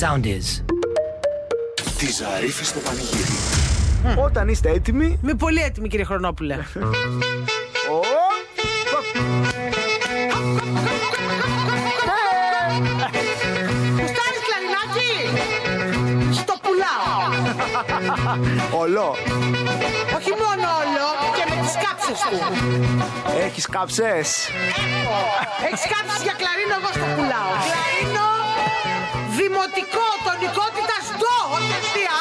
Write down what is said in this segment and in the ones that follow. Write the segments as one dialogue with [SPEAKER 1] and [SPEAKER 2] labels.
[SPEAKER 1] Sound is.
[SPEAKER 2] Τη Ζαρίφη στο πανηγύρι.
[SPEAKER 3] Όταν είστε έτοιμοι.
[SPEAKER 4] Είμαι πολύ έτοιμη, κύριε Χρονόπουλε.
[SPEAKER 3] ο,
[SPEAKER 4] Κουστάρι κλαρινάκι! Στο πουλάω!
[SPEAKER 3] Ολό.
[SPEAKER 4] Όχι μόνο όλο, και με τις κάψες του.
[SPEAKER 3] Έχεις κάψες.
[SPEAKER 4] Έχεις κάψεις για κλαρίνο, εγώ στο πουλάω. Κλαρίνο δημοτικό, τονικότητας ντο, όχι αστεία.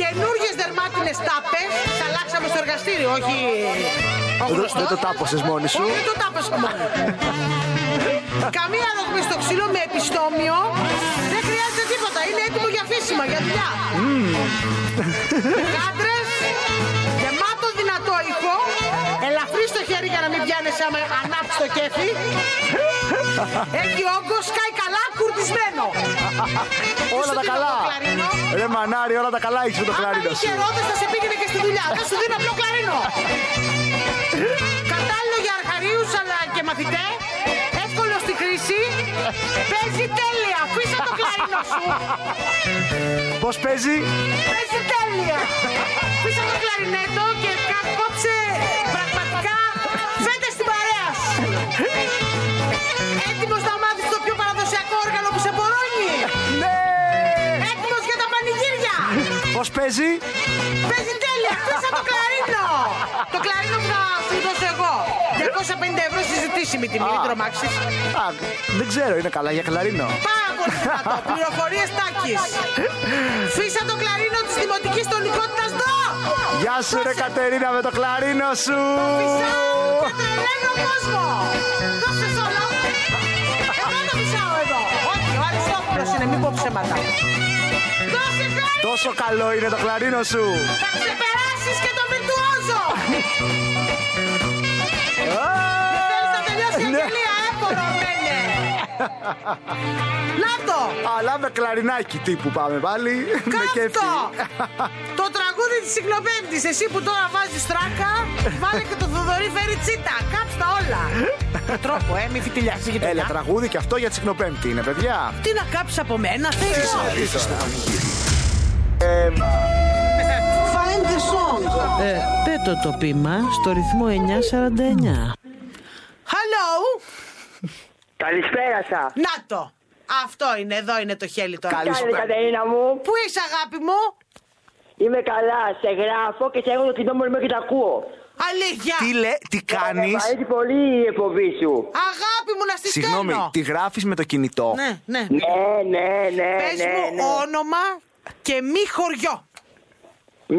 [SPEAKER 4] Καινούργιες δερμάτινες τάπες, τις αλλάξαμε στο εργαστήριο, όχι...
[SPEAKER 3] Δεν το τάπωσε μόνη σου.
[SPEAKER 4] Όχι, δεν το τάπες μόνο. Καμία ρογμή στο ξύλο με επιστόμιο. Δεν χρειάζεται τίποτα. Είναι έτοιμο για φύσιμα, για δουλειά. Κάντρες, γεμάτο δυνατό ήχο. Ελαφρύ στο χέρι για να μην πιάνεσαι άμα ανάψει το κέφι. Έχει όγκο, σκάει καλά, κουρτισμένο.
[SPEAKER 3] Όλα τα καλά. Ρε μανάρι, όλα τα καλά έχεις με το
[SPEAKER 4] Αν
[SPEAKER 3] κλαρίνο
[SPEAKER 4] είχε
[SPEAKER 3] σου.
[SPEAKER 4] ρόδες θα σε πήγαινε και στη δουλειά. Δεν σου δίνω απλό κλαρίνο. Κατάλληλο για αρχαρίους αλλά και μαθητέ. Εύκολο στη χρήση. Παίζει τέλεια. Αφήσε το κλαρίνο σου.
[SPEAKER 3] Πώς παίζει,
[SPEAKER 4] Παίζει τέλεια. Αφήσε το κλαρινέτο και κα- κόψε πραγματικά φέτε στην παρέα σου. Έτοιμος να μάθεις το πιο παραδοσιακό όργανο που σε μπορώνει.
[SPEAKER 3] Ναι!
[SPEAKER 4] Έτοιμος για τα πανηγύρια.
[SPEAKER 3] Πώς παίζει,
[SPEAKER 4] Παίζει τέλεια, πέσα το κλαρίνο! το κλαρίνο που θα σου δώσω εγώ. 250 ευρώ συζητήσιμη τιμή, μην τρομάξεις.
[SPEAKER 3] Α, δεν ξέρω, είναι καλά για κλαρίνο.
[SPEAKER 4] Πάρα πολύ δυνατό. Πληροφορίες τάκης. Φύσα το κλαρίνο της δημοτικής τονικότητας εδώ!
[SPEAKER 3] Γεια σου, ρε Κατερίνα, με το κλαρίνο σου!
[SPEAKER 4] Φυσάω και τρελαίνω κόσμο! Δώσε σ' όλο! Εγώ το φυσάω εδώ! Όχι, ο Αριστόπουλος είναι, μην πω ψέματα. Δώσε κλαρίνο!
[SPEAKER 3] Τόσο καλό είναι το κλαρίνο σου!
[SPEAKER 4] Θα ξεπεράσεις και το βιρτουόζο!
[SPEAKER 3] Α,
[SPEAKER 4] Θέλεις να τελειώσει η
[SPEAKER 3] ναι.
[SPEAKER 4] αγγελία, ε, πορωμένε. Να το!
[SPEAKER 3] Αλλά με κλαρινάκι τύπου πάμε πάλι. Με κέφι.
[SPEAKER 4] Κάτω! Το τραγούδι της Συγκλοπέμπτης, εσύ που τώρα βάζεις τράκα, βάλε και το Θοδωρή φέρει τσίτα. Κάψ' τα όλα. Με τρόπο, ε, μη φιτιλιάσεις η
[SPEAKER 3] Έλα,
[SPEAKER 4] γειτονιά.
[SPEAKER 3] τραγούδι και αυτό για τη Συχνοπέμπτη είναι, παιδιά.
[SPEAKER 4] Τι να κάψεις από μένα, θέλω.
[SPEAKER 2] Ζαρίφη στο πανηγύρι.
[SPEAKER 5] Ε, πέτω το πείμα στο ρυθμό 949.
[SPEAKER 4] Hello!
[SPEAKER 6] Καλησπέρα σας.
[SPEAKER 4] Να το! Αυτό είναι, εδώ είναι το χέλι τώρα.
[SPEAKER 6] Καλή
[SPEAKER 3] Καλησπέρα.
[SPEAKER 6] Κατερίνα μου.
[SPEAKER 4] Πού είσαι αγάπη μου,
[SPEAKER 6] Είμαι καλά. Σε γράφω και σε έχω το κοινό μου και τα ακούω.
[SPEAKER 4] αλήθεια.
[SPEAKER 3] Τι λέ, τι κάνει.
[SPEAKER 6] Μου αρέσει πολύ η εκπομπή σου.
[SPEAKER 4] Αγάπη μου να στη
[SPEAKER 3] Συγγνώμη,
[SPEAKER 4] στέλνω.
[SPEAKER 3] τη γράφεις με το κινητό.
[SPEAKER 4] Ναι, ναι.
[SPEAKER 6] Ναι, ναι, ναι,
[SPEAKER 4] Πες
[SPEAKER 6] ναι.
[SPEAKER 4] μου
[SPEAKER 6] ναι.
[SPEAKER 4] όνομα και μη χωριό.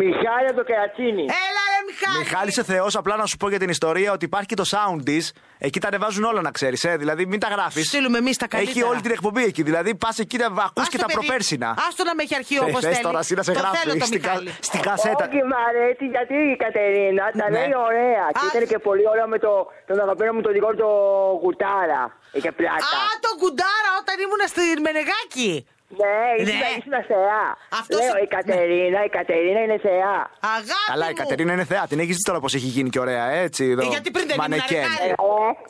[SPEAKER 6] Μιχάλη από το Κερατσίνη.
[SPEAKER 4] Έλα ρε Μιχάλη.
[SPEAKER 3] Μιχάλη, σε Θεός, απλά να σου πω για την ιστορία ότι υπάρχει και το sound τη. Εκεί τα ανεβάζουν όλα, να ξέρεις. Ε, δηλαδή, μην τα γράφεις.
[SPEAKER 4] Στείλουμε εμείς τα καλύτερα.
[SPEAKER 3] Έχει όλη την εκπομπή εκεί. Δηλαδή, πας εκεί να ακούς και τα προπέρσινα.
[SPEAKER 4] Άστο να με έχει αρχείο
[SPEAKER 3] Ε,
[SPEAKER 4] όπως
[SPEAKER 3] θες
[SPEAKER 4] θέλει.
[SPEAKER 3] τώρα εσύ να σε
[SPEAKER 4] το θέλω
[SPEAKER 3] γράφει
[SPEAKER 4] το
[SPEAKER 3] στην, κα-
[SPEAKER 4] Μιχάλη.
[SPEAKER 3] στην κασέτα.
[SPEAKER 6] Όχι, μ' αρέσει γιατί η Κατερίνα τα
[SPEAKER 3] Ναι.
[SPEAKER 6] λέει ωραία. Και
[SPEAKER 4] Αχ.
[SPEAKER 6] ήταν και πολύ ωραίο με το, τον αγαπημένο μου τον δικό του το κουτάρα. Είχε πλάκα.
[SPEAKER 4] Α, το κουντάρα όταν ήμουν στη Μενεγάκη.
[SPEAKER 6] Ναι, ήσουν,
[SPEAKER 4] Ναι.
[SPEAKER 6] ήσουν θεά.
[SPEAKER 4] Αυτός-
[SPEAKER 6] Λέω, η
[SPEAKER 4] ναι.
[SPEAKER 6] Κατερίνα, η Κατερίνα είναι θεά.
[SPEAKER 4] Αγάπη
[SPEAKER 3] Καλά,
[SPEAKER 4] μου.
[SPEAKER 3] η Κατερίνα είναι θεά. Την έχεις δει τώρα πώς έχει γίνει και ωραία, έτσι. Εδώ.
[SPEAKER 4] Ε, γιατί πριν δεν ήμουν
[SPEAKER 3] Μανεκέν.
[SPEAKER 4] αρεκάρι.
[SPEAKER 6] Ε,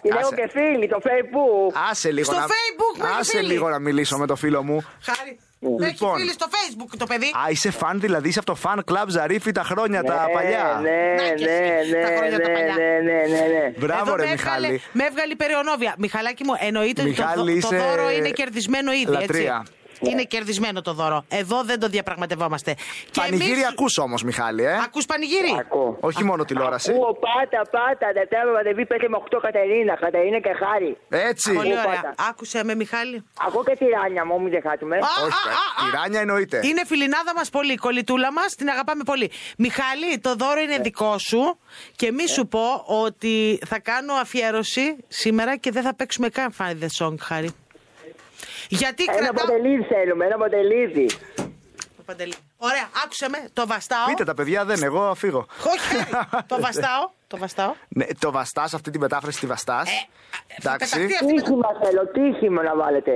[SPEAKER 6] την
[SPEAKER 3] Ναι.
[SPEAKER 6] έχω
[SPEAKER 3] Άσε.
[SPEAKER 6] και φίλη, το Facebook.
[SPEAKER 3] Άσε λίγο
[SPEAKER 4] Στο
[SPEAKER 3] να...
[SPEAKER 4] Facebook μου είναι
[SPEAKER 3] Άσε
[SPEAKER 4] φίλη.
[SPEAKER 3] λίγο να μιλήσω με το φίλο μου.
[SPEAKER 4] Χάρη.
[SPEAKER 3] Λοιπόν.
[SPEAKER 4] Έχει φίλη στο facebook το παιδί.
[SPEAKER 3] Α, είσαι φαν, δηλαδή είσαι από το fan club Ζαρίφη τα χρόνια τα
[SPEAKER 6] Ναι,
[SPEAKER 3] παλιά.
[SPEAKER 6] Ναι,
[SPEAKER 4] Να και
[SPEAKER 6] ναι,
[SPEAKER 4] εσύ, τα χρόνια τα
[SPEAKER 6] ναι,
[SPEAKER 4] παλιά.
[SPEAKER 6] ναι, ναι, ναι, ναι.
[SPEAKER 3] Μπράβο,
[SPEAKER 4] Εδώ
[SPEAKER 3] ρε
[SPEAKER 4] με έβγαλε-
[SPEAKER 3] Μιχάλη.
[SPEAKER 4] Με έβγαλε η περιονόβια. Μιχαλάκι μου, εννοείται
[SPEAKER 3] Μιχάλη,
[SPEAKER 4] ότι το, δο-
[SPEAKER 3] είσαι
[SPEAKER 4] το δώρο είναι κερδισμένο ήδη.
[SPEAKER 3] λατρεία.
[SPEAKER 4] Έτσι. Είναι κερδισμένο το δώρο. Εδώ δεν το διαπραγματευόμαστε. Και
[SPEAKER 3] Πανηγύρι
[SPEAKER 4] εμείς-
[SPEAKER 3] ακούς όμως Μιχάλη, ε.
[SPEAKER 4] Ακούς πανηγύρι.
[SPEAKER 6] Ακούω.
[SPEAKER 3] Όχι μόνο τηλεόραση.
[SPEAKER 6] Ακούω πάτα, πάτα, Δευτέρα με Παντεβή, πέτε με 8 Κατερίνα, Κατερίνα και Χάρη.
[SPEAKER 3] Έτσι.
[SPEAKER 4] Πολύ ωραία.
[SPEAKER 6] Πάντα.
[SPEAKER 4] Άκουσε με, Μιχάλη.
[SPEAKER 6] Ακούω και τη Ράνια μου, μην ξεχάσουμε.
[SPEAKER 4] Α,
[SPEAKER 3] Όχι,
[SPEAKER 4] α, α, α.
[SPEAKER 3] τυράνια εννοείται.
[SPEAKER 4] Είναι φιλινάδα μας πολύ, η κολλητούλα μας, την αγαπάμε πολύ. Μιχάλη, το δώρο
[SPEAKER 3] Ε.
[SPEAKER 4] είναι δικό σου και μη σου πω ότι θα κάνω αφιέρωση σήμερα και δεν θα παίξουμε καν Find the Song, χάρη. Γιατί
[SPEAKER 6] Ένα
[SPEAKER 4] κρατάω.
[SPEAKER 6] ποτελίδι θέλουμε, ένα ποτελίδι.
[SPEAKER 4] Παντελή. Ωραία, άκουσε με, το βαστάω.
[SPEAKER 3] Πείτε τα παιδιά, δεν, εγώ φύγω.
[SPEAKER 4] Όχι, χάρη. το βαστάω. Το βαστάω.
[SPEAKER 3] Ναι, το βαστάς, αυτή τη μετάφραση τη βαστάς.
[SPEAKER 4] Ε,
[SPEAKER 3] Εντάξει.
[SPEAKER 4] κατακτή-
[SPEAKER 6] Τύχημα θέλω, τύχημα να βάλετε.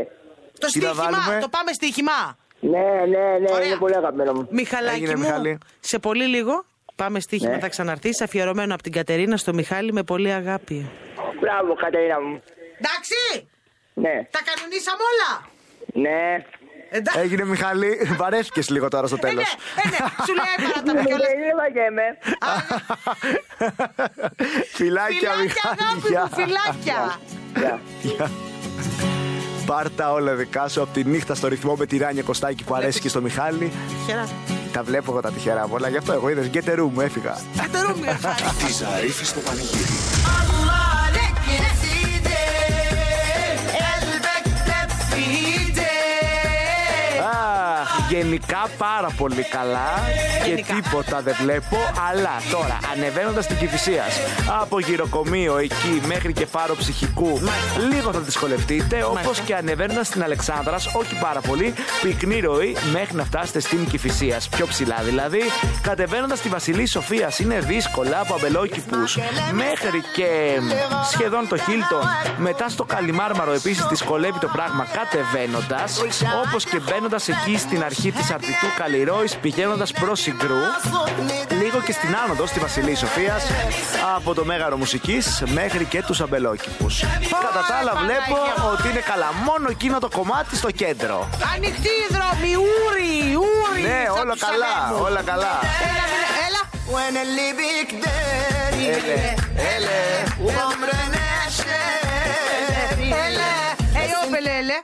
[SPEAKER 4] Το
[SPEAKER 3] Τι να
[SPEAKER 4] στοίχημα,
[SPEAKER 3] βάλουμε?
[SPEAKER 4] το πάμε στοίχημα.
[SPEAKER 6] Ναι, ναι, ναι,
[SPEAKER 4] Ωραία.
[SPEAKER 6] είναι πολύ αγαπημένο μου.
[SPEAKER 4] Μιχαλάκι
[SPEAKER 3] Έγινε,
[SPEAKER 4] μου,
[SPEAKER 3] Μιχάλη.
[SPEAKER 4] σε πολύ λίγο πάμε στοίχημα,
[SPEAKER 6] Ναι.
[SPEAKER 4] θα ξαναρθείς, αφιερωμένο από την Κατερίνα στο Μιχάλη με πολύ αγάπη.
[SPEAKER 6] Μπράβο, Κατερίνα μου.
[SPEAKER 4] Εντάξει!
[SPEAKER 6] Ναι.
[SPEAKER 4] Τα κανονίσαμε όλα!
[SPEAKER 6] Ναι.
[SPEAKER 4] Εντάξει.
[SPEAKER 3] Έγινε Μιχαλή, βαρέθηκε λίγο τώρα στο
[SPEAKER 4] Ε, ναι,
[SPEAKER 3] τέλος.
[SPEAKER 4] ε, ναι, σου ε. λέει έπαρα τα
[SPEAKER 6] Δεν
[SPEAKER 4] παιδιά.
[SPEAKER 6] βαριέμαι.
[SPEAKER 3] Φιλάκια,
[SPEAKER 4] Φιλάκια,
[SPEAKER 3] Μιχάλη.
[SPEAKER 4] αγάπη
[SPEAKER 3] γεια.
[SPEAKER 4] μου, φιλάκια.
[SPEAKER 6] Γεια.
[SPEAKER 3] Γεια. Πάρ' τα όλα δικά σου από τη νύχτα στο ρυθμό με τη Ράνια Κωστάκη
[SPEAKER 4] Ναι,
[SPEAKER 3] που αρέσει και στο Μιχάλη.
[SPEAKER 4] Χαίρετε.
[SPEAKER 3] Τα βλέπω εγώ τα τυχερά μου, αλλά γι' αυτό εγώ είδες get a room, έφυγα.
[SPEAKER 4] Δεν το ρούμε, χάρη.
[SPEAKER 2] Τη Ζαρίφη στο πανηγύρι.
[SPEAKER 3] Αχ, γενικά πάρα πολύ καλά
[SPEAKER 4] Γενικά.
[SPEAKER 3] και τίποτα δεν βλέπω. Αλλά τώρα, ανεβαίνοντας την Κυφυσία από γυροκομείο εκεί μέχρι και φάρο ψυχικού, λίγο θα δυσκολευτείτε. Όπως
[SPEAKER 4] Μάλιστα.
[SPEAKER 3] και ανεβαίνοντας την Αλεξάνδρας, όχι πάρα πολύ, πυκνή ροή μέχρι να φτάσετε στην Κυφυσία. Πιο ψηλά δηλαδή. Κατεβαίνοντας τη Βασιλή Σοφία, είναι δύσκολα από αμπελόκηπου μέχρι και σχεδόν το Χίλτον. Μετά στο Καλιμάρμαρο επίσης δυσκολεύει το πράγμα κατεβαίνοντας, όπως και μπαίνοντας εκεί στην αρχή της Αρτιτού Καλλιρόης, πηγαίνοντας προς Συγκρού. Λίγο και στην άνοδο στη Βασιλή Σοφίας, από το Μέγαρο Μουσικής μέχρι και τους αμπελόκηπους. Κατά τα άλλα, βλέπω ότι είναι καλά. Μόνο εκείνο το κομμάτι στο κέντρο.
[SPEAKER 4] Ανοιχτή η δρόμη, ούρι, ούρι.
[SPEAKER 3] Ναι,
[SPEAKER 4] σαν
[SPEAKER 3] όλα
[SPEAKER 4] τους
[SPEAKER 3] καλά,
[SPEAKER 4] Αλέμους.
[SPEAKER 3] όλα καλά.
[SPEAKER 4] Έλα, μη- έλα.
[SPEAKER 3] Έλε, έλε.
[SPEAKER 4] Έλε, έιωπ, έλε, έλε.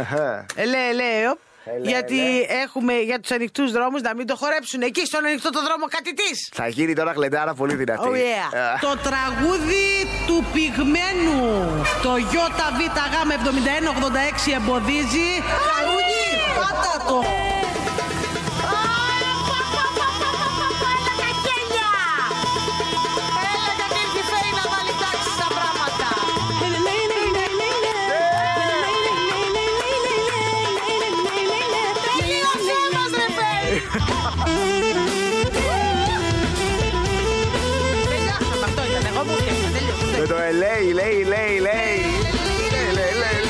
[SPEAKER 3] Εχε.
[SPEAKER 4] Ελέ, ελέ, έιωπ. Γιατί έχουμε για τους ανοιχτούς δρόμους να μην το χορέψουν εκεί στον ανοιχτό το δρόμο κάτι της.
[SPEAKER 3] Θα γίνει τώρα γλεντάρα πολύ δυνατή.
[SPEAKER 4] Oh yeah.
[SPEAKER 3] Ε,
[SPEAKER 4] Το τραγούδι του πυγμένου. Το ΙΒΓ 7186 εμποδίζει. Χαρούνι, πάτα το. Τελειώσαμε, αυτό ήταν. Εγώ μου έφτασε, τελείωσε.
[SPEAKER 3] Με το ελέη, λέει, λέει, λέει. Λέει, λέει, λέει,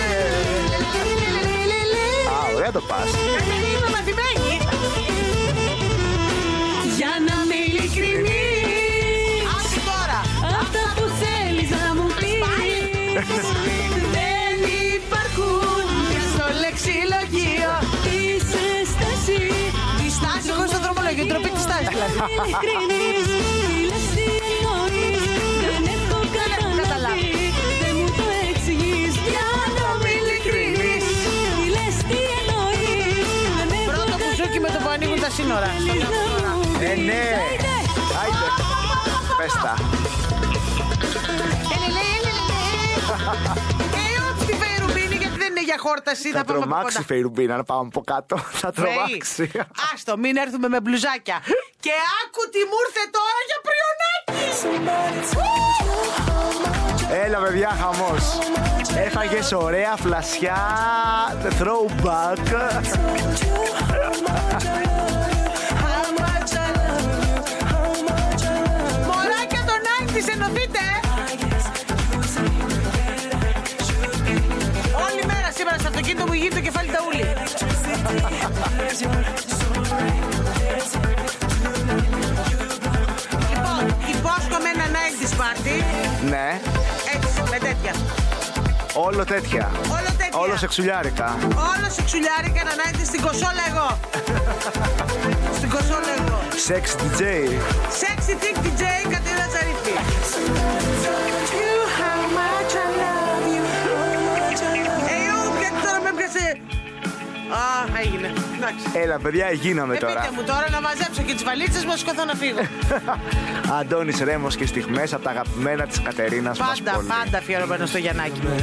[SPEAKER 3] λέει. Α, ωραία το πας.
[SPEAKER 4] Είμαι μαθημένη.
[SPEAKER 1] Για να με ειλικρινείς
[SPEAKER 4] Άκου τώρα.
[SPEAKER 1] Αυτά που θέλεις να μου πεις Δεν υπάρχουν
[SPEAKER 4] Στο λεξιλογείο.
[SPEAKER 1] Είσαι στάση
[SPEAKER 4] Στάση εγώ στο δρομολόγιο, τροπή τη στάση δηλαδή.
[SPEAKER 1] Ειλικρινείς Τι λες τι εννοείς Δεν έχω καταλάβει Δεν μου το εξηγείς ναι, Για να με ειλικρινείς Τι λες τι εννοείς Δεν έχω
[SPEAKER 4] Πρώτο κουζούκι με το που ανοίγουν τα σύνορα.
[SPEAKER 3] Ναι, ναι. Άιντε. Πες τα.
[SPEAKER 4] Ε, ό,τι φερουμπίνη, γιατί δεν είναι για
[SPEAKER 3] Θα
[SPEAKER 4] χόρταση. πάμε από
[SPEAKER 3] τρομάξει η
[SPEAKER 4] κοντά.
[SPEAKER 3] Φεϊρουμπίνα, να πάμε από κάτω. Θα τρομάξει.
[SPEAKER 4] Φεϊ. Άστο, μην έρθουμε με μπλουζάκια. Και άκου τι μου ήρθε τώρα για πριονάκι.
[SPEAKER 3] Έλα, παιδιά, χαμός. Έφαγες ωραία φλασιά. Throwback.
[SPEAKER 4] Μωράκια των Άγκης, ενωθείτε. ε. Όλη μέρα σήμερα στο αυτοκίνητο μου γίνεται το κεφάλι ταούλι. λοιπόν, υπόσχομαι ένα Άγκης πάρτι.
[SPEAKER 3] Ναι,
[SPEAKER 4] Έτσι, με τέτοια.
[SPEAKER 3] όλο τέτοια.
[SPEAKER 4] Όλο τέτοια.
[SPEAKER 3] Όλο σεξουλιάρικα.
[SPEAKER 4] Όλο σου ξουλιάρι και ανάγκη στην κοσόλα εγώ. στην κοσόλα εγώ.
[SPEAKER 3] Σεξ DJ.
[SPEAKER 4] Sexy Tick DJ Κατερίνα Τσαρίφη. Ε, ου, γιατί τώρα με έπιασε. Α, έγινε. Εντάξει.
[SPEAKER 3] Έλα, παιδιά, γίναμε
[SPEAKER 4] Ε,
[SPEAKER 3] τώρα.
[SPEAKER 4] πείτε μου τώρα να μαζέψω και τις βαλίτσες μου, να σηκωθώ να φύγω.
[SPEAKER 3] Αντώνης Ρέμος και στιγμές από τα αγαπημένα της Κατερίνας μας
[SPEAKER 4] πάντα,
[SPEAKER 3] πολύ.
[SPEAKER 4] πάντα αφιερωμένο στο Γιαννάκι μου.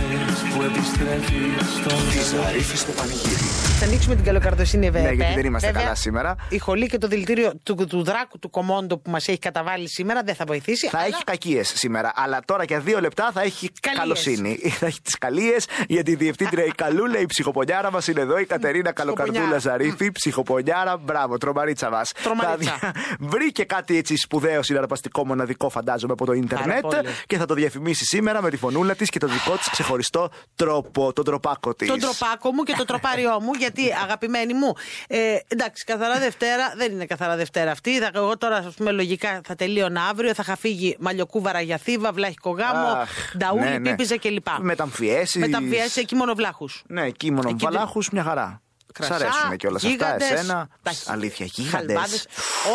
[SPEAKER 2] Τη Ζαρίφη στο πανηγύρι.
[SPEAKER 4] Θα ανοίξουμε την καλοκαρδοσύνη, βέβαια.
[SPEAKER 3] Ναι, γιατί δεν είμαστε
[SPEAKER 4] Βέβαια,
[SPEAKER 3] καλά σήμερα.
[SPEAKER 4] Η χολή και το δηλητήριο του, του δράκου του κομμόντο που μας έχει καταβάλει σήμερα δεν θα βοηθήσει.
[SPEAKER 3] Θα
[SPEAKER 4] αλλά-
[SPEAKER 3] έχει κακίες σήμερα, αλλά τώρα για δύο λεπτά θα έχει
[SPEAKER 4] Καλίες.
[SPEAKER 3] καλοσύνη. Θα έχει τις καλίες, γιατί η διευθύντρια η Καλούλα, η ψυχοπονιάρα μας είναι εδώ, η Κατερίνα Καλοκαρδούλα Ζαρίφη, ψυχοπονιάρα, μπράβο, τρομαρίτσα μας.
[SPEAKER 4] Τρομαρίτσα.
[SPEAKER 3] Βρήκε κάτι έτσι σπουδαίο, συναρπαστικό, μοναδικό, φαντάζομαι, από το ίντερνετ
[SPEAKER 4] πολύ.
[SPEAKER 3] και θα το διαφημίσει σήμερα με τη φωνούλα της και το δικό της ξεχωριστό τρόπο, τον τροπάκο τη.
[SPEAKER 4] Τον τροπάκο μου και το τροπάριό μου, γιατί αγαπημένοι μου. Ε, εντάξει, καθαρά Δευτέρα δεν είναι καθαρά Δευτέρα αυτή. Θα, εγώ τώρα, ας πούμε, λογικά θα τελείωνα αύριο, θα είχα φύγει μαλλιοκούβαρα για θύβα, βλάχικο γάμο,
[SPEAKER 3] Αχ,
[SPEAKER 4] νταούλι,
[SPEAKER 3] ναι, ναι.
[SPEAKER 4] πίπιζα κλπ.
[SPEAKER 3] Μεταμφιέσεις.
[SPEAKER 4] Μεταμφιέσεις εκεί μόνο βλάχους.
[SPEAKER 3] Ναι, εκεί μόνο
[SPEAKER 4] Εκεί δεν-
[SPEAKER 3] βαλάχου, μια χαρά. Σ'
[SPEAKER 4] Κρασά,
[SPEAKER 3] αρέσουν κιόλας αυτά,
[SPEAKER 4] γίγαντες,
[SPEAKER 3] εσένα.
[SPEAKER 4] τα-
[SPEAKER 3] Αλήθεια, γίγαντε.
[SPEAKER 4] χαλβάδες.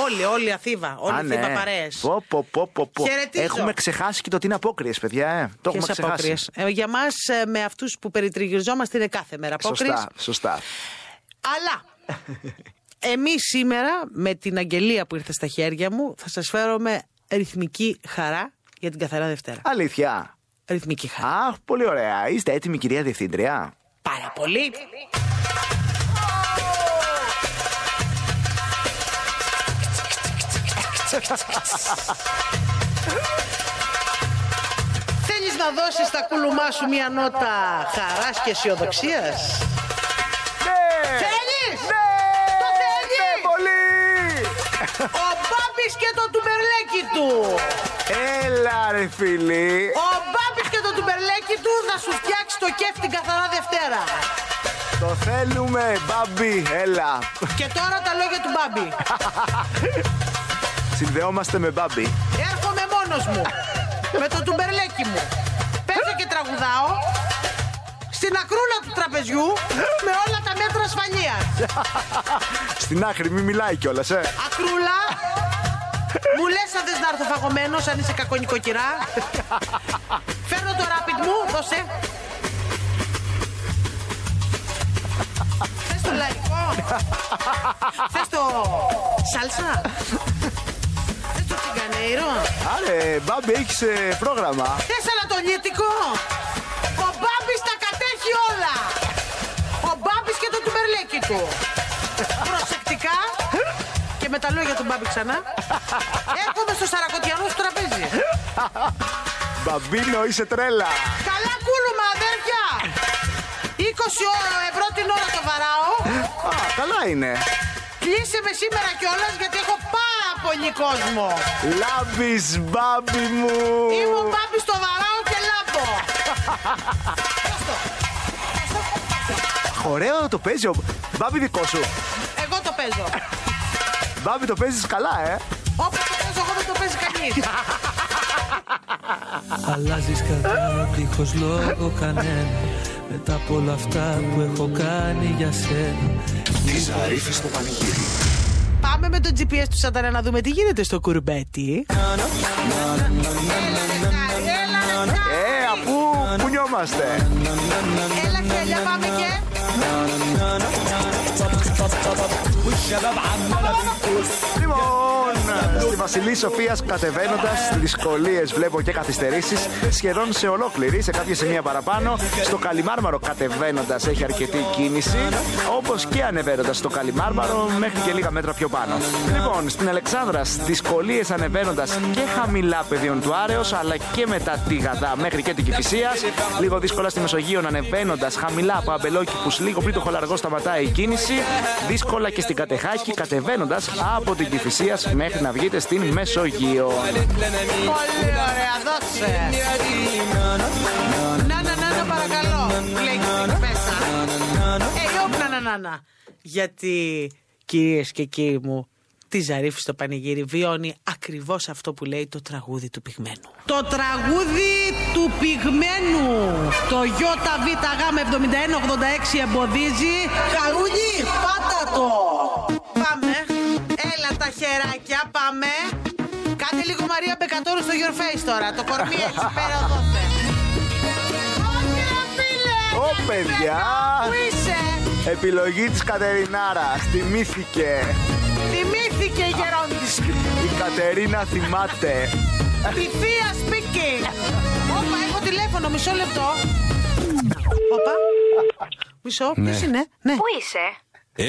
[SPEAKER 4] Όλοι, όλοι αθήβα. Όλοι αθήβα παρέες.
[SPEAKER 3] ναι. Πω, πω, πω, πω, πω.
[SPEAKER 4] Χαιρετίζω.
[SPEAKER 3] Έχουμε ξεχάσει και το τι είναι απόκριες, παιδιά. Ε. Το έχουμε ξεχάσει.
[SPEAKER 4] Ε, Για μας, με αυτούς που περιτριγυριζόμαστε, είναι κάθε μέρα απόκριες.
[SPEAKER 3] Σωστά, σωστά.
[SPEAKER 4] Αλλά εμείς σήμερα με την αγγελία που ήρθε στα χέρια μου θα σας φέρομαι ρυθμική χαρά για την καθαρά Δευτέρα.
[SPEAKER 3] Αλήθεια.
[SPEAKER 4] Ρυθμική χαρά.
[SPEAKER 3] Αχ, πολύ ωραία. Είστε έτοιμοι, κυρία Διευθύντρια.
[SPEAKER 4] Πάρα πολύ. Θέλεις να δώσεις στα κούλουμά σου μια νότα χαράς και αισιοδοξίας.
[SPEAKER 3] Ναι!
[SPEAKER 4] Θέλεις!
[SPEAKER 3] Ναι!
[SPEAKER 4] Το θέλεις!
[SPEAKER 3] Ναι, πολύ!
[SPEAKER 4] Ο Μπάμπης και το τουμπερλέκι του.
[SPEAKER 3] Έλα, ρε φίλοι.
[SPEAKER 4] Ο Μπάμπης και το τουμπερλέκι του θα σου φτιάξει το κέφι την καθαρά Δευτέρα.
[SPEAKER 3] Το θέλουμε, μπάμπι. Έλα.
[SPEAKER 4] Και τώρα τα λόγια του Μπάμπη.
[SPEAKER 3] Συνδεόμαστε με μπάμπι.
[SPEAKER 4] Έρχομαι μόνος μου. Με το τουμπερλέκι μου. Παίζω και τραγουδάω. Στην ακρούλα του τραπεζιού με όλα τα μέτρα ασφαλείας.
[SPEAKER 3] Στην άκρη, μη μιλάει κιόλας, ε.
[SPEAKER 4] Ακρούλα. Μου λες αν δεν να έρθω φαγωμένος, αν είσαι κακό νοικοκυρά. Φέρνω το ράπιτ μου, δώσε. Θες το λαϊκό. Θες το σάλσα. Θες το τσιγκανέιρο.
[SPEAKER 3] Άρε, μπάμπι, έχει πρόγραμμα.
[SPEAKER 4] Θες ανατολίτικο. Ο Μπάμπης τα κατέχει όλα. Ο Μπάμπης και το τουμπερλέκι του. Προσεκτικά. Και με τα λόγια του Μπάμπη ξανά. Έρχομαι στο Σαρακοτιανό στο τραπέζι.
[SPEAKER 3] Μπαμπίνο, είσαι τρέλα.
[SPEAKER 4] Καλά κούλουμα, αδέρφια. 20 ώρα ευρώ την ώρα το βαράω.
[SPEAKER 3] Α, καλά είναι.
[SPEAKER 4] Κλείσε με σήμερα κιόλας γιατί έχω πάρα πολύ κόσμο.
[SPEAKER 3] Λάμπεις, μπάμπι μου.
[SPEAKER 4] Είμαι ο Μπάμπης στο βαράω και λάμπω.
[SPEAKER 3] Αχ, Ωραίο το παίζει ο... Μπάμπι δικό σου.
[SPEAKER 4] Εγώ το παίζω.
[SPEAKER 3] Μπάμπι το παίζεις καλά, ε.
[SPEAKER 4] Όπως το παίζω εγώ δεν το παίζει κανείς.
[SPEAKER 7] Αλλάζεις κατά δίχως λόγο κανένα Μετά από όλα αυτά που έχω κάνει για σένα
[SPEAKER 2] Τη Ζαρίφη στο πανηγύρι.
[SPEAKER 4] Πάμε με το GPS του Σατανά να δούμε τι γίνεται στο κουρμπέτι.
[SPEAKER 3] Ε, αφού κουνιόμαστε.
[SPEAKER 4] Έλα χέλια, πάμε και.
[SPEAKER 3] Λοιπόν, στη Βασιλή Σοφίας κατεβαίνοντας, δυσκολίες βλέπω και καθυστερήσεις σχεδόν σε ολόκληρη, σε κάποια σημεία παραπάνω. Στο Καλιμάρμαρο κατεβαίνοντας έχει αρκετή κίνηση, όπως και ανεβαίνοντας στο Καλιμάρμαρο μέχρι και λίγα μέτρα πιο πάνω. Λοιπόν, στην Αλεξάνδρα δυσκολίες ανεβαίνοντας και χαμηλά πεδίων του Άρεος, αλλά και μετά τη Γαδά μέχρι και την Κυφυσία. Λίγο δύσκολα στη Μεσογείο ανεβαίνοντας χαμηλά από αμπελόκηπους, λίγο πριν το χολαργό σταματάει η κίνηση. Δύσκολα και στην Κατεχάκη κατεβαίνοντας από την Κυφυσία μέχρι να βγείτε στην Μεσογείο.
[SPEAKER 4] Πολύ ωραία, δώσε. Να, να, να, να, παρακαλώ. Λέει και την πέσα. Ε, όπ, να, να, να, να. Γιατί, κυρίες και κύριοι μου, τη Ζαρίφη στο πανηγύρι βιώνει ακριβώς αυτό που λέει το τραγούδι του πυγμένου. Το τραγούδι του πυγμένου. Το ΙΒΓ7186 εμποδίζει. Χαρούνι, πάτα το. Πάμε. Έλα τα χεράκια, πάμε. Κάντε λίγο Μαρία Μπεκατόρου στο your face τώρα. Το κορμί έτσι πέρα δώστε. Όχι ρε φίλε.
[SPEAKER 3] Ω,
[SPEAKER 4] γιατί
[SPEAKER 3] παιδιά.
[SPEAKER 4] πετάω, Πού είσαι.
[SPEAKER 3] Επιλογή της Κατερινάρα. Θυμήθηκε.
[SPEAKER 4] Θυμήθηκε η Γερόντης.
[SPEAKER 3] Η Κατερίνα θυμάται.
[SPEAKER 4] Τη θεία speaking. Όπα, έχω τηλέφωνο, μισό λεπτό. Όπα. Μισό, ποιος είναι. Ναι.
[SPEAKER 8] Πού είσαι?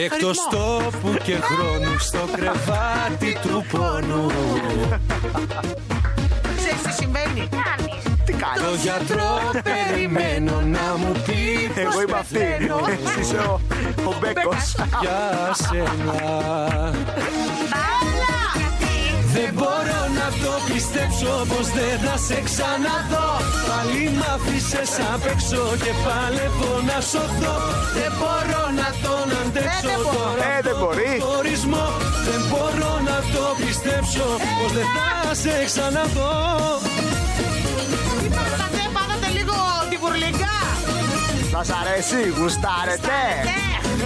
[SPEAKER 7] Εκτός
[SPEAKER 4] Αριθμό.
[SPEAKER 7] τόπου και χρόνου στο κρεβάτι του πόνου
[SPEAKER 4] Ξέρεις τι συμβαίνει.
[SPEAKER 8] Κάνεις.
[SPEAKER 3] Τι κάνεις.
[SPEAKER 7] Το γιατρό περιμένω να μου πει
[SPEAKER 3] Εγώ είμαι αυτή. Εσύ είσαι ο, ο Μπέκος.
[SPEAKER 7] για σένα Δεν μπορώ να το πιστέψω πως δεν θα σε ξαναδώ Πάλι μ' άφησες απ' έξω και πάλευω να σωθώ Δεν μπορώ να τον αντέξω τώρα
[SPEAKER 3] Ε, δεν
[SPEAKER 7] αυτό
[SPEAKER 3] μπορεί.
[SPEAKER 7] τον χωρισμό Δεν μπορώ να το πιστέψω πως δεν θα σε ξαναδώ
[SPEAKER 8] Πάτατε, πάτατε λίγο την βουρλικά.
[SPEAKER 3] Θα σ' αρέσει, γουστάρετε.
[SPEAKER 8] Ναι.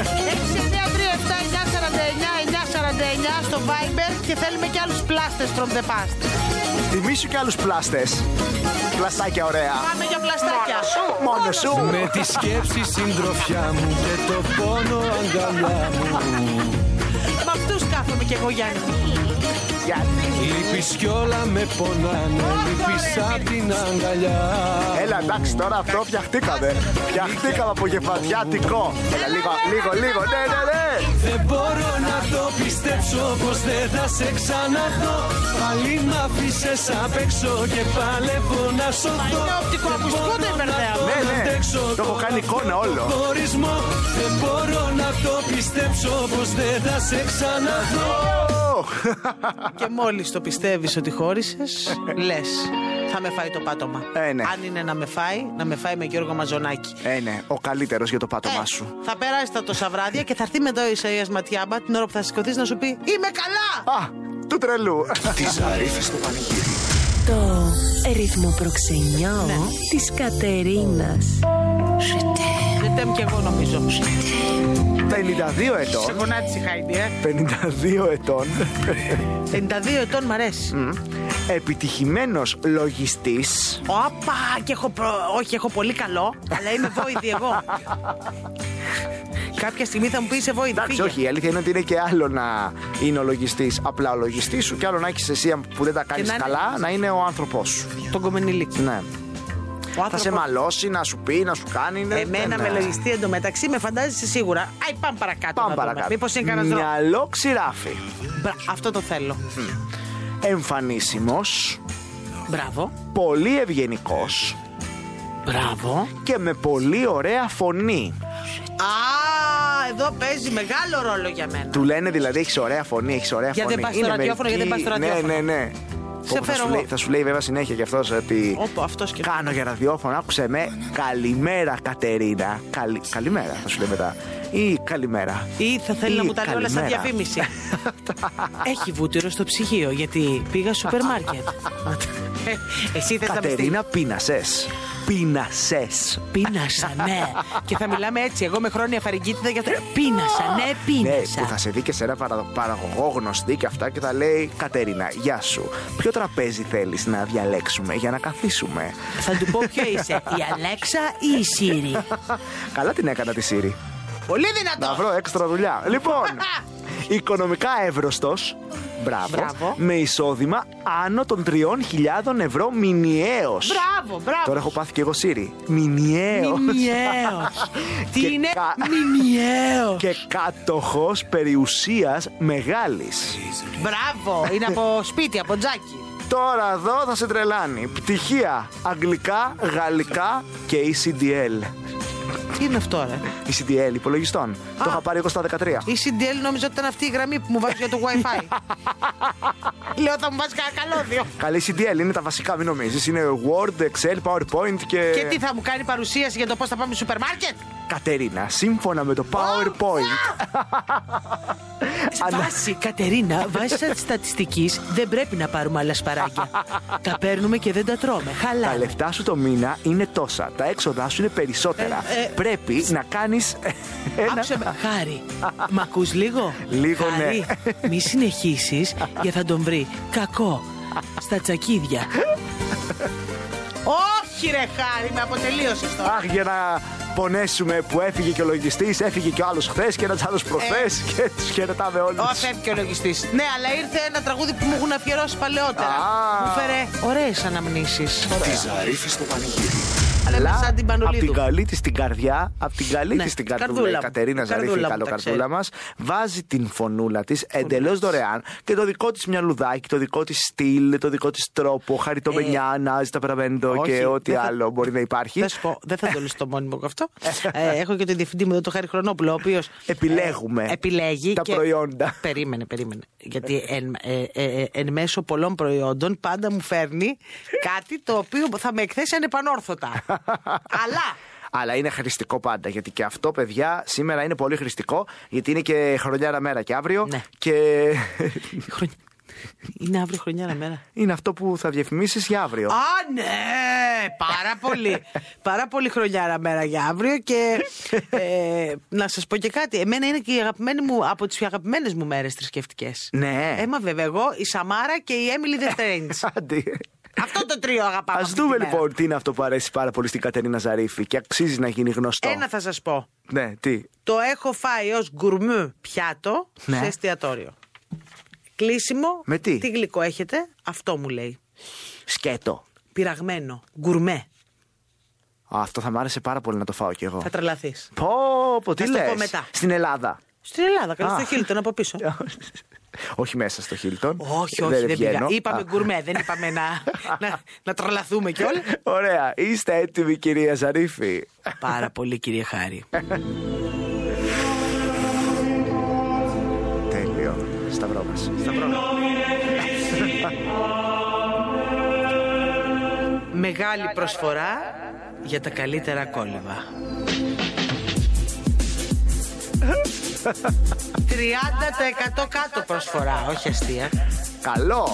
[SPEAKER 8] 6, 9, 3, 7, 9, 49, 9, 49 στο Viber και θέλουμε και άλλους πλάστες from the past.
[SPEAKER 3] Θυμήσου και άλλους πλάστες. Πλαστάκια ωραία.
[SPEAKER 8] Πάμε για πλαστάκια.
[SPEAKER 3] Μόνο σου.
[SPEAKER 7] Με τη σκέψη συντροφιά μου και το πόνο αγκαλιά μου
[SPEAKER 4] Με αυτούς κάθομαι κι εγώ, Γιάννη.
[SPEAKER 3] Γιατί.
[SPEAKER 7] Λείπεις κι όλα με πονάνε, λείπεις απ' την αγκαλιά
[SPEAKER 3] Έλα, εντάξει, τώρα αυτό φτιαχτήκαμε. Φτιαχτήκαμε από γεφαδιάτικο. Έλα, λίγο, λίγο, λίγο. Ναι, ναι, ναι.
[SPEAKER 7] Δεν μπορώ να το πιστέψω πως δεν θα σε ξαναδώ Πάλι μ' άφησες απ' έξω και παλεύω να σωθώ
[SPEAKER 8] είναι οπτικοακουστικό,
[SPEAKER 7] Δεν
[SPEAKER 8] δεν
[SPEAKER 7] μπορώ να
[SPEAKER 8] μπερδεύω.
[SPEAKER 7] το
[SPEAKER 3] Ναι, ναι.
[SPEAKER 7] αντέξω
[SPEAKER 3] Το έχω
[SPEAKER 7] τώρα
[SPEAKER 3] κάνει
[SPEAKER 7] αυτό
[SPEAKER 3] εικόνα
[SPEAKER 7] το
[SPEAKER 3] όλο.
[SPEAKER 7] χωρισμό. Δεν μπορώ να το πιστέψω πως δεν θα σε ξαναδώ
[SPEAKER 4] Και μόλις το πιστεύεις ότι χώρισες, λες. Θα με φάει το πάτωμα.
[SPEAKER 3] Ε, ναι.
[SPEAKER 4] Αν είναι να με φάει, να με φάει με Γιώργο Μαζονάκη.
[SPEAKER 3] Ε, ναι, ο καλύτερος για το πάτωμά
[SPEAKER 4] Ε,
[SPEAKER 3] σου.
[SPEAKER 4] Θα περάσει τα τόσα βράδια και θα έρθει με εδώ η Ισαία Ματιάμπα την ώρα που θα σηκωθείς να σου πει Είμαι καλά!
[SPEAKER 3] Α, του τρελού.
[SPEAKER 2] Της Ζαρίφη στο πανηγύρι.
[SPEAKER 1] Το ρυθμό προξενιό
[SPEAKER 3] Ναι.
[SPEAKER 1] της Κατερίνας.
[SPEAKER 8] Ε,
[SPEAKER 4] Δεν και εγώ νομίζω.
[SPEAKER 3] 52
[SPEAKER 8] Σε
[SPEAKER 3] ετών.
[SPEAKER 8] γονάτισε η Χάιντι, ε.
[SPEAKER 3] 52 ετών.
[SPEAKER 4] 52 ετών μ' αρέσει.
[SPEAKER 3] Επιτυχημένος λογιστής.
[SPEAKER 4] Όπα! Και έχω προ- Όχι, έχω πολύ καλό, αλλά είμαι βόηδη εγώ. Κάποια στιγμή θα μου πει είσαι βόηδη.
[SPEAKER 3] Εντάξει,
[SPEAKER 4] Πήγε.
[SPEAKER 3] όχι, η αλήθεια είναι ότι είναι και άλλο να είναι ο λογιστής απλά ο λογιστής σου και άλλο να έχεις εσύ που δεν τα κάνεις
[SPEAKER 4] να είναι-
[SPEAKER 3] καλά να είναι ο άνθρωπός σου.
[SPEAKER 4] Τον κομμενιλίκη.
[SPEAKER 3] Ναι. Θα σε μαλώσει, να σου πει, να σου κάνει. ναι,
[SPEAKER 4] Εμένα
[SPEAKER 3] ναι,
[SPEAKER 4] με
[SPEAKER 3] ναι.
[SPEAKER 4] λογιστή εντωμεταξύ με φαντάζεσαι σίγουρα. Άι, πάμε παρακάτω.
[SPEAKER 3] Πάμε παρακάτω.
[SPEAKER 4] Μήπως είναι κανένας
[SPEAKER 3] Μυαλό ξηράφι.
[SPEAKER 4] Αυτό το θέλω.
[SPEAKER 3] Εμφανίσιμος,
[SPEAKER 4] Μπράβο.
[SPEAKER 3] πολύ ευγενικός
[SPEAKER 4] Μπράβο.
[SPEAKER 3] και με πολύ ωραία φωνή.
[SPEAKER 4] Α, εδώ παίζει μεγάλο ρόλο για μένα.
[SPEAKER 3] Του λένε δηλαδή έχεις ωραία φωνή, έχεις ωραία
[SPEAKER 4] Για δεν
[SPEAKER 3] φωνή.
[SPEAKER 4] πας στο
[SPEAKER 3] Είναι
[SPEAKER 4] ραδιόφωνο, για δεν πας στο ραδιόφωνο.
[SPEAKER 3] Ναι, ναι, ναι.
[SPEAKER 4] Σε
[SPEAKER 3] Όπου θα,
[SPEAKER 4] φέρω
[SPEAKER 3] σου
[SPEAKER 4] εγώ.
[SPEAKER 3] λέει, θα σου λέει βέβαια συνέχεια κι αυτός ότι.
[SPEAKER 4] Όπα, αυτός και
[SPEAKER 3] Κάνω για ραδιόφωνο, άκουσε με. Καλημέρα, Κατερίνα. Καλη... Καλημέρα, θα σου λέει μετά. Ή καλημέρα.
[SPEAKER 4] Ή θα θέλει
[SPEAKER 3] Ή
[SPEAKER 4] να μου τα λέει όλα σαν
[SPEAKER 3] καλημέρα.
[SPEAKER 4] διαφήμιση. Έχει βούτυρο στο ψυγείο γιατί πήγα σούπερ μάρκετ. Ε, Εσύ θες να με στείλεις.
[SPEAKER 3] Κατερίνα, πίνασες. Πίνασες.
[SPEAKER 4] Πίνασα, ναι. Και θα μιλάμε έτσι. Εγώ με χρόνια φαρικίτιδα και αυτό. Πίνασα, ναι,
[SPEAKER 3] Ναι,
[SPEAKER 4] πίνασα.
[SPEAKER 3] που θα σε δει και σε ένα παρα- παραγωγό γνωστή και αυτά και θα λέει Κατερίνα, γεια σου. Ποιο τραπέζι θέλεις να διαλέξουμε για να καθίσουμε.
[SPEAKER 4] Θα του πω ποιο είσαι, η Αλέξα ή η Σύρη.
[SPEAKER 3] Καλά την έκανα τη Σύρη.
[SPEAKER 4] Πολύ δυνατό.
[SPEAKER 3] Να βρω έξτρα δουλειά. Λοιπόν, οικονομικά εύρωστος. Μπράβο,
[SPEAKER 4] Μπράβο.
[SPEAKER 3] Με εισόδημα άνω των 3.000 ευρώ μηνιαίως.
[SPEAKER 4] Μπράβο, μπράβο.
[SPEAKER 3] Τώρα έχω πάθει και εγώ Σύρη. Μηνιαίο.
[SPEAKER 4] Μηνιαίος.
[SPEAKER 3] Και
[SPEAKER 4] Τι είναι
[SPEAKER 3] κα-
[SPEAKER 4] μηνιαίο.
[SPEAKER 3] Και κατοχός περιουσίας μεγάλης.
[SPEAKER 4] Μπράβο, είναι από σπίτι, από τζάκι.
[SPEAKER 3] Τώρα εδώ θα σε τρελάνει. Πτυχία αγγλικά, γαλλικά και ECDL.
[SPEAKER 4] Τι είναι αυτό, ρε.
[SPEAKER 3] ECDL υπολογιστών. Το είχα πάρει εγώ στα 13.
[SPEAKER 4] Η CDL νόμιζα ότι ήταν αυτή η γραμμή που μου βάζει για το WiFi. Λέω θα μου βάζει κανένα καλώδιο.
[SPEAKER 3] Καλή ECDL είναι τα βασικά, μην νομίζεις. Είναι Word, Excel, PowerPoint και.
[SPEAKER 4] Και τι θα μου κάνει παρουσίαση για το πώς θα πάμε στο σούπερ μάρκετ.
[SPEAKER 3] Κατερίνα, σύμφωνα με το PowerPoint. Ανα-
[SPEAKER 5] Βάση, Κατερίνα, βάση της στατιστικής δεν πρέπει να πάρουμε άλλα σπαράκια. τα παίρνουμε και δεν τα τρώμε.
[SPEAKER 3] Τα
[SPEAKER 5] Χαλά.
[SPEAKER 3] λεφτά σου το μήνα είναι τόσα. Τα έξοδά σου είναι περισσότερα.
[SPEAKER 4] Ε, ε,
[SPEAKER 3] Πρέπει να κάνεις.
[SPEAKER 4] Άκουσε με.
[SPEAKER 5] Χάρη. Μ' ακούς λίγο.
[SPEAKER 3] Λίγο, ναι.
[SPEAKER 5] Χάρη, μη συνεχίσεις και θα τον βρει. Κακό. Στα τσακίδια.
[SPEAKER 4] Όχι, ρε χάρη, με αποτελείωσες τώρα.
[SPEAKER 3] Αχ, για να πονέσουμε που έφυγε και ο λογιστής, έφυγε και ο άλλος χθες και ένας άλλος προχθές και τους χαιρετάμε όλους.
[SPEAKER 4] Ε. Ω, φεύγει ο λογιστής. Ναι, αλλά ήρθε ένα τραγούδι που μου έχουν αφιερώσει παλαιότερα.
[SPEAKER 3] Α.
[SPEAKER 4] Μου φέρε ωραίες αναμνήσεις.
[SPEAKER 2] Τη Ζαρίφη στο πανηγύρι.
[SPEAKER 4] λέμε σαν την
[SPEAKER 3] από την
[SPEAKER 4] Πανολίδου.
[SPEAKER 3] καλή της στην καρδιά, από την καλή
[SPEAKER 4] Ναι,
[SPEAKER 3] της στην
[SPEAKER 4] την
[SPEAKER 3] καρδούλα.
[SPEAKER 4] καρδούλα
[SPEAKER 3] Η
[SPEAKER 4] μου.
[SPEAKER 3] Κατερίνα
[SPEAKER 4] Την καρδούλα
[SPEAKER 3] Ζαρίφη, η
[SPEAKER 4] μου, τα
[SPEAKER 3] καλοκαρδούλα
[SPEAKER 4] ξέρει.
[SPEAKER 3] μας, βάζει την φωνούλα της εντελώς δωρεάν και το δικό της μυαλουδάκι, το δικό της στυλ, το δικό της τρόπο, χαριτομενιάνα, ε, ζηταπεραμένοντο
[SPEAKER 4] όχι,
[SPEAKER 3] και ό,τι
[SPEAKER 4] δεν θα-
[SPEAKER 3] άλλο μπορεί να υπάρχει.
[SPEAKER 4] Θα σου πω, δεν θα το λύσω το μόνιμο και αυτό. ε, έχω και τον διευθυντή μου εδώ, τον Χάρη Χρονόπουλο, ο οποίος.
[SPEAKER 3] Επιλέγουμε
[SPEAKER 4] επιλέγει.
[SPEAKER 3] τα
[SPEAKER 4] και-
[SPEAKER 3] προϊόντα.
[SPEAKER 4] Περίμενε, περίμενε. Γιατί εν, ε, ε, ε, εν μέσω πολλών προϊόντων πάντα μου φέρνει κάτι το οποίο θα με εκθέσει ανεπανόρθωτα. Αλλά.
[SPEAKER 3] Αλλά είναι χρηστικό πάντα. Γιατί και αυτό, παιδιά, σήμερα είναι πολύ χρηστικό. Γιατί είναι και χρονιάρα μέρα και αύριο.
[SPEAKER 4] Ναι.
[SPEAKER 3] Και
[SPEAKER 4] χρονιά- Είναι αύριο χρονιά μέρα.
[SPEAKER 3] είναι αυτό που θα διαφημίσεις για αύριο.
[SPEAKER 4] Α, ναι! Πάρα πολύ. πάρα πολύ χρονιάρα μέρα για αύριο και ε, να σας πω και κάτι. Εμένα είναι και η αγαπημένη μου, από τις αγαπημένες μου μέρες θρησκευτικές.
[SPEAKER 3] Ναι.
[SPEAKER 4] Έμα βέβαια εγώ, η Σαμάρα και η Έμιλι Δευτέρινς.
[SPEAKER 3] Άντε.
[SPEAKER 4] Αυτό το τρίο αγαπάμε.
[SPEAKER 3] Ας
[SPEAKER 4] αυτή
[SPEAKER 3] δούμε
[SPEAKER 4] τη μέρα.
[SPEAKER 3] λοιπόν τι είναι αυτό που αρέσει πάρα πολύ στην Κατερίνα Ζαρίφη και αξίζει να γίνει γνωστό.
[SPEAKER 4] Ένα θα σας πω.
[SPEAKER 3] Ναι, τι.
[SPEAKER 4] Το έχω φάει ως γκουρμού πιάτο
[SPEAKER 3] Ναι.
[SPEAKER 4] σε εστιατόριο. Κλείσιμο.
[SPEAKER 3] Με τι?
[SPEAKER 4] Τι γλυκό έχετε, αυτό μου λέει.
[SPEAKER 3] Σκέτο.
[SPEAKER 4] Πειραγμένο. Γκουρμέ.
[SPEAKER 3] Α, αυτό θα μ' άρεσε πάρα πολύ να το φάω κι εγώ.
[SPEAKER 4] Θα τρελαθείς.
[SPEAKER 3] Πω, πω, τι
[SPEAKER 4] Θα σου το
[SPEAKER 3] λες.
[SPEAKER 4] πω μετά.
[SPEAKER 3] Στην Ελλάδα.
[SPEAKER 4] Στην Ελλάδα, καλώ
[SPEAKER 3] Α.
[SPEAKER 4] στο Χίλτον από πίσω.
[SPEAKER 3] όχι μέσα στο Χίλτον.
[SPEAKER 4] Όχι, όχι, δεν,
[SPEAKER 3] βγαίνω.
[SPEAKER 4] πήγα.
[SPEAKER 3] Α.
[SPEAKER 4] Είπαμε γκουρμέ, δεν είπαμε να, να, να τρελαθούμε κιόλα.
[SPEAKER 3] Ωραία. Είστε έτοιμοι, κυρία Ζαρίφη.
[SPEAKER 4] Πάρα πολύ, κύριε Χάρη.
[SPEAKER 3] Τέλειο. Σταυρό μας.
[SPEAKER 4] Μεγάλη προσφορά για τα καλύτερα κόλληβα. 30% κάτω προσφορά, όχι αστεία.
[SPEAKER 3] Καλό.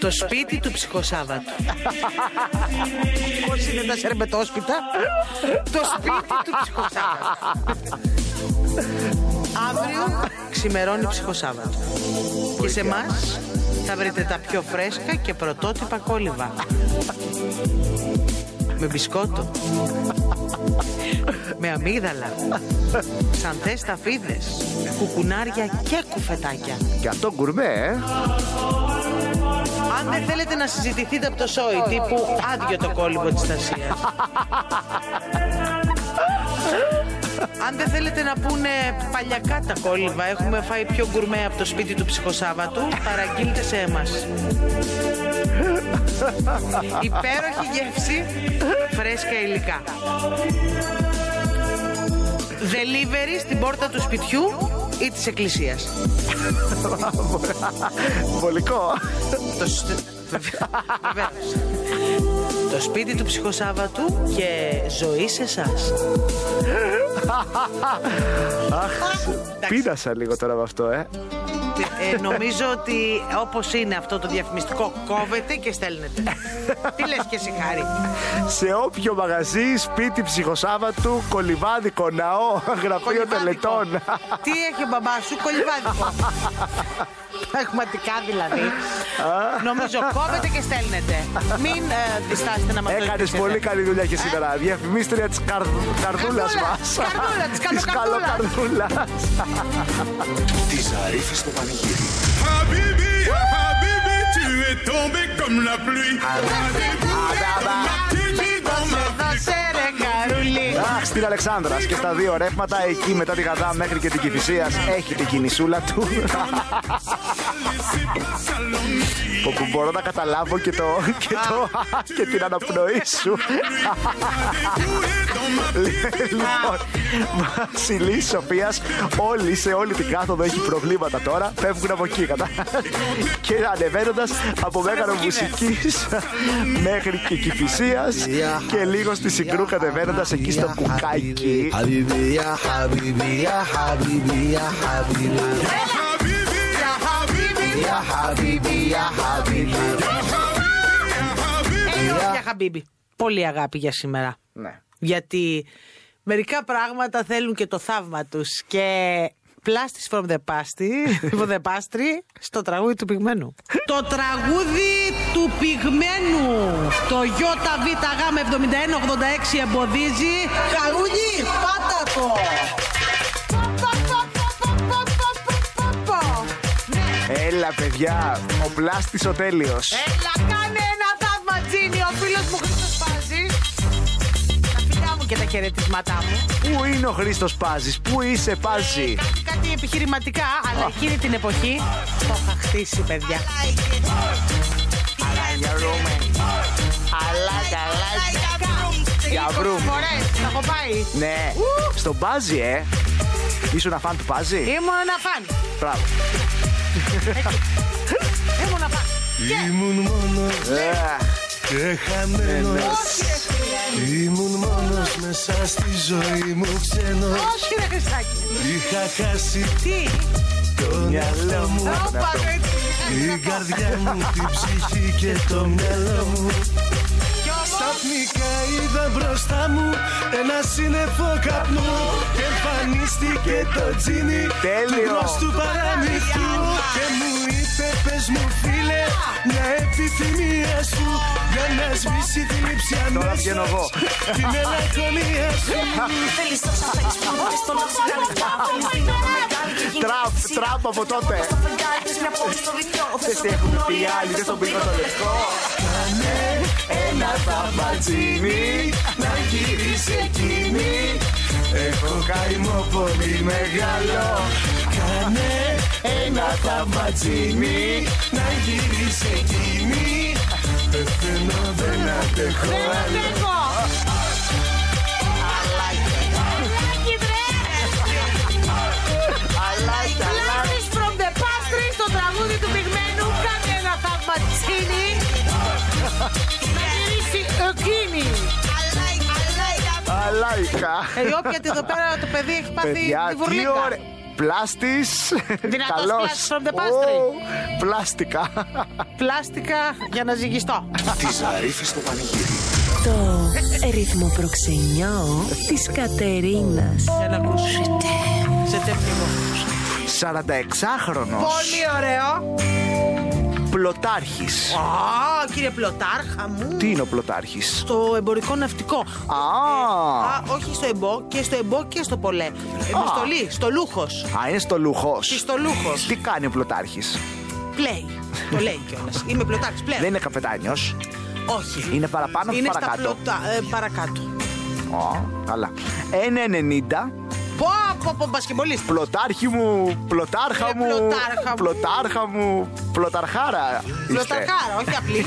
[SPEAKER 4] Το σπίτι του ψυχοσάββατου. Όσοι είναι τα σερμπετόσπιτα, το σπίτι του ψυχοσάββατου. Αύριο ξημερώνει ψυχοσάββατο. Και σε εμάς θα βρείτε τα πιο φρέσκα και πρωτότυπα κόλληβα. Με μπισκότο. Με αμύδαλα. Σανθές ταφίδες. Κουκουνάρια και κουφετάκια.
[SPEAKER 3] Και αυτό γκουρμέ, ε.
[SPEAKER 4] Αν δεν θέλετε να συζητηθείτε από το σόι τύπου άδειο το κόλλημα της Τασίας. Αν δεν θέλετε να πούνε παλιακά τα κόλληβα, έχουμε φάει πιο γκουρμέ από το σπίτι του ψυχοσάββατου, παραγγείλτε σε εμάς. Υπέροχη γεύση, φρέσκα υλικά. Delivery στην πόρτα του σπιτιού ή της εκκλησίας.
[SPEAKER 3] Βολικό.
[SPEAKER 4] Το, σ- Βεβαίως. το σπίτι του ψυχοσάββατου και ζωή σε εσάς.
[SPEAKER 3] Πίντασα λίγο τώρα με αυτό, ε.
[SPEAKER 4] ε, νομίζω ότι όπως είναι αυτό το διαφημιστικό, κόβεται και στέλνετε. Τι λες και εσύ, Χάρη.
[SPEAKER 3] σε όποιο μαγαζί, σπίτι, ψυχοσάββατου, κολυβάδικο ναό, γραφείο
[SPEAKER 4] Κολυβάδικο.
[SPEAKER 3] τελετών.
[SPEAKER 4] Τι έχει ο μπαμπάς σου, κολυβάδικο. Πραγματικά δηλαδή. νομίζω κόβεται και στέλνετε. Μην ε, διστάσετε να μας το
[SPEAKER 3] Έκανε
[SPEAKER 4] ζητήσετε.
[SPEAKER 3] πολύ καλή δουλειά και σήμερα. Διαφημίστρια της καρδούλας
[SPEAKER 4] Καρδούλας,
[SPEAKER 3] μας.
[SPEAKER 4] Ε? καρδούλα, της καλοκαρδούλας.
[SPEAKER 3] καλοκαρδούλας.
[SPEAKER 2] Τη Ζαρίφη στο πανηγύρι.
[SPEAKER 9] Habibi, Habibi, tu es tombé comme la pluie.
[SPEAKER 4] Δώσε ρε, Χαρούλη.
[SPEAKER 3] Αχ, στην Αλεξάνδρας και στα δύο ρεύματα, εκεί μετά τη Γαδά μέχρι και την Κυφυσίας έχει την κινησούλα του. Όπου μπορώ να καταλάβω και, το, και, το, και την αναπνοή σου. λοιπόν, Βασιλής Σοφίας, όλοι σε όλη την κάθοδο έχει προβλήματα τώρα. Φεύγουν από εκεί, κατά. και ανεβαίνοντας από μέγαρο μουσικής μέχρι και κυφυσίας και λίγο στη συγκρού κατεβαίνοντας εκεί στο κουκάκι.
[SPEAKER 4] Για Χαμπίμπι. Πολύ αγάπη για σήμερα.
[SPEAKER 3] Ναι.
[SPEAKER 4] Γιατί μερικά πράγματα θέλουν και το θαύμα τους. Και πλάστη from the past, from the past, στο τραγούδι του πυγμένου. το τραγούδι του πυγμένου. Το ΙΒΓ7186 εμποδίζει. Χαρούνι, πάτα το. Πα, πα, πα, πα, πα, πα, πα, πα.
[SPEAKER 3] Έλα Έλα, παιδιά. Ο πλάστης ο τέλειος.
[SPEAKER 8] Έλα, κάνε ένα θαύμα, Τζίνι. Ο φίλος μου Χρήστος Πάζης. Τα φιλιά μου και τα χαιρετίσματά μου. Ε,
[SPEAKER 3] Πού είναι ο Χρήστος Πάζης, πού είσαι, Πάζη.
[SPEAKER 8] Κάτι, κάτι επιχειρηματικά, αλλά εκείνη την εποχή το είχα χτίσει, παιδιά. Αλλά καλά,
[SPEAKER 3] Για βρούμε.
[SPEAKER 8] Φορές, τα έχω πάει.
[SPEAKER 3] Ναι, στον Πάζη, ε. Ήσουν αφάν του
[SPEAKER 4] Ε.
[SPEAKER 3] Πάζη.
[SPEAKER 8] Ήμουν ένα φαν.
[SPEAKER 3] Μπράβο.
[SPEAKER 8] Ήμουν ένα φαν.
[SPEAKER 7] Ήμουν μόνος
[SPEAKER 3] Ε.
[SPEAKER 7] και χαμένος Ήμουν μόνος μέσα στη ζωή μου ξένος
[SPEAKER 8] Όχι, ρε Χρυσάκη.
[SPEAKER 7] Είχα χάσει
[SPEAKER 8] Τι.
[SPEAKER 7] το μυαλό μου
[SPEAKER 8] Όπα, ρε.
[SPEAKER 7] Την καρδιά μου, την ψυχή και το μυαλό μου
[SPEAKER 8] Κι όμως,
[SPEAKER 7] Ξαφνικά είδα μπροστά μου ένα σύννεφο καπνού Και εμφανίστηκε το τζίνι του
[SPEAKER 3] Τέλειο.
[SPEAKER 7] γνωστού παραμυθού Και μου είπε πες μου φίλε μια επιθυμία σου Για να σβήσει τη λήψη
[SPEAKER 3] Τώρα βγαίνω εγώ.
[SPEAKER 7] αμέσως Τη μελαγχολία σου
[SPEAKER 3] Τραπ, τραπ από τότε. Ξέρεις τι έχουμε πει οι άλλοι, δεν στον πήγα το λευκό.
[SPEAKER 7] Ένα ταμπατζίνι να γυρίσεις εκείνη Έχω καημό πολύ μεγάλο Κάνε ένα ταμπατζίνι να γυρίσει εκείνη Πεθαίνω δεν αντέχω
[SPEAKER 8] δεν
[SPEAKER 7] άλλο
[SPEAKER 8] αντέχω. Αλάκι, βρε. Gladys from the past στο τραγούδι του πυγμένου Κάνε ένα θαυματσίνι Να γυρίσει εκείνη
[SPEAKER 3] Αλάικα.
[SPEAKER 4] Ε, η όποια τη εδώ πέρα το παιδί έχει
[SPEAKER 3] Ε,
[SPEAKER 4] πάθει τη
[SPEAKER 3] Παιδιά, τι
[SPEAKER 4] βουρλίκα.
[SPEAKER 3] ωραία. Πλάστης.
[SPEAKER 4] Δυνατός πλάστης from the pastry.
[SPEAKER 3] Ω, Πλάστικα.
[SPEAKER 4] Πλάστικα για να ζυγιστώ.
[SPEAKER 2] Τη Ζαρίφη στο πανηγύρι.
[SPEAKER 1] Το ρυθμό προξενιό της Κατερίνας.
[SPEAKER 4] Για να ακούσει. Σε τέπτυμο.
[SPEAKER 3] 46χρονο.
[SPEAKER 4] Πολύ ωραίο.
[SPEAKER 3] Πλωτάρχης.
[SPEAKER 4] Α, κύριε Πλωτάρχα μου.
[SPEAKER 3] Τι είναι ο πλωτάρχης.
[SPEAKER 4] Στο εμπορικό ναυτικό.
[SPEAKER 3] Α,
[SPEAKER 4] Α, όχι στο εμπό και στο εμπό και στο πολλέ. Ε, με στολή, στο λούχος.
[SPEAKER 3] α, είναι στο λουχό.
[SPEAKER 4] Τι στο λούχος.
[SPEAKER 3] Τι κάνει ο πλωτάρχης.
[SPEAKER 4] Πλέει. Το λέει κιόλας. Είμαι πλωτάρχης πλέον.
[SPEAKER 3] Δεν είναι καπετάνιο.
[SPEAKER 4] Όχι.
[SPEAKER 3] Είναι παραπάνω από
[SPEAKER 4] Είναι στα
[SPEAKER 3] παρακάτω.
[SPEAKER 4] πλωτά. ε, παρακάτω.
[SPEAKER 3] Ω, Καλά. 1,90.
[SPEAKER 4] Πω, πω, πω, μπασκεμπολίστη.
[SPEAKER 3] Πλωτάρχη μου, πλωτάρχα
[SPEAKER 4] Ρε,
[SPEAKER 3] μου,
[SPEAKER 4] πλωτάρχα μου.
[SPEAKER 3] πλωτάρχα μου, πλωταρχάρα. είστε.
[SPEAKER 4] Πλωταρχάρα, όχι απλή.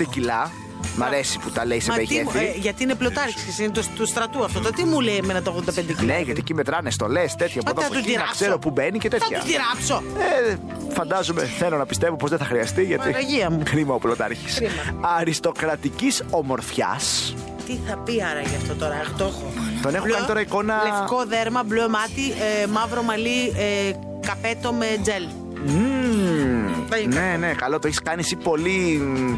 [SPEAKER 3] 85 κιλά. Μ' αρέσει που τα λέει σε
[SPEAKER 4] Μα τι μου, ε,
[SPEAKER 3] μεγέθη.
[SPEAKER 4] γιατί είναι πλωτάρχη, είναι του, του στρατού αυτό. Το τι μου λέει εμένα το 85 κιλά.
[SPEAKER 3] Ναι, γιατί εκεί μετράνε στολές, τέτοια από εδώ
[SPEAKER 4] Μα θα
[SPEAKER 3] από
[SPEAKER 4] του
[SPEAKER 3] εκεί, να
[SPEAKER 4] τυράψω.
[SPEAKER 3] ξέρω που μπαίνει και
[SPEAKER 4] Θα
[SPEAKER 3] τέτοια.
[SPEAKER 4] του τυράψω.
[SPEAKER 3] Ε, φαντάζομαι, θέλω να πιστεύω πως δεν θα χρειαστεί γιατί.
[SPEAKER 4] Παναγία μου.
[SPEAKER 3] Κρίμα ο πλωτάρχης. Αριστοκρατικής ομορφιάς.
[SPEAKER 4] Τι θα πει άρα γι' αυτό τώρα, το έχω.
[SPEAKER 3] Τον έχω
[SPEAKER 4] Μπλε,
[SPEAKER 3] κάνει τώρα εικόνα-
[SPEAKER 4] Λευκό δέρμα, μπλε μάτι, ε, μαύρο μαλλί, ε, καπέτο με τζελ. Δεν είναι
[SPEAKER 3] Ναι, ναι, καλό. Το έχεις κάνει εσύ πολύ μ,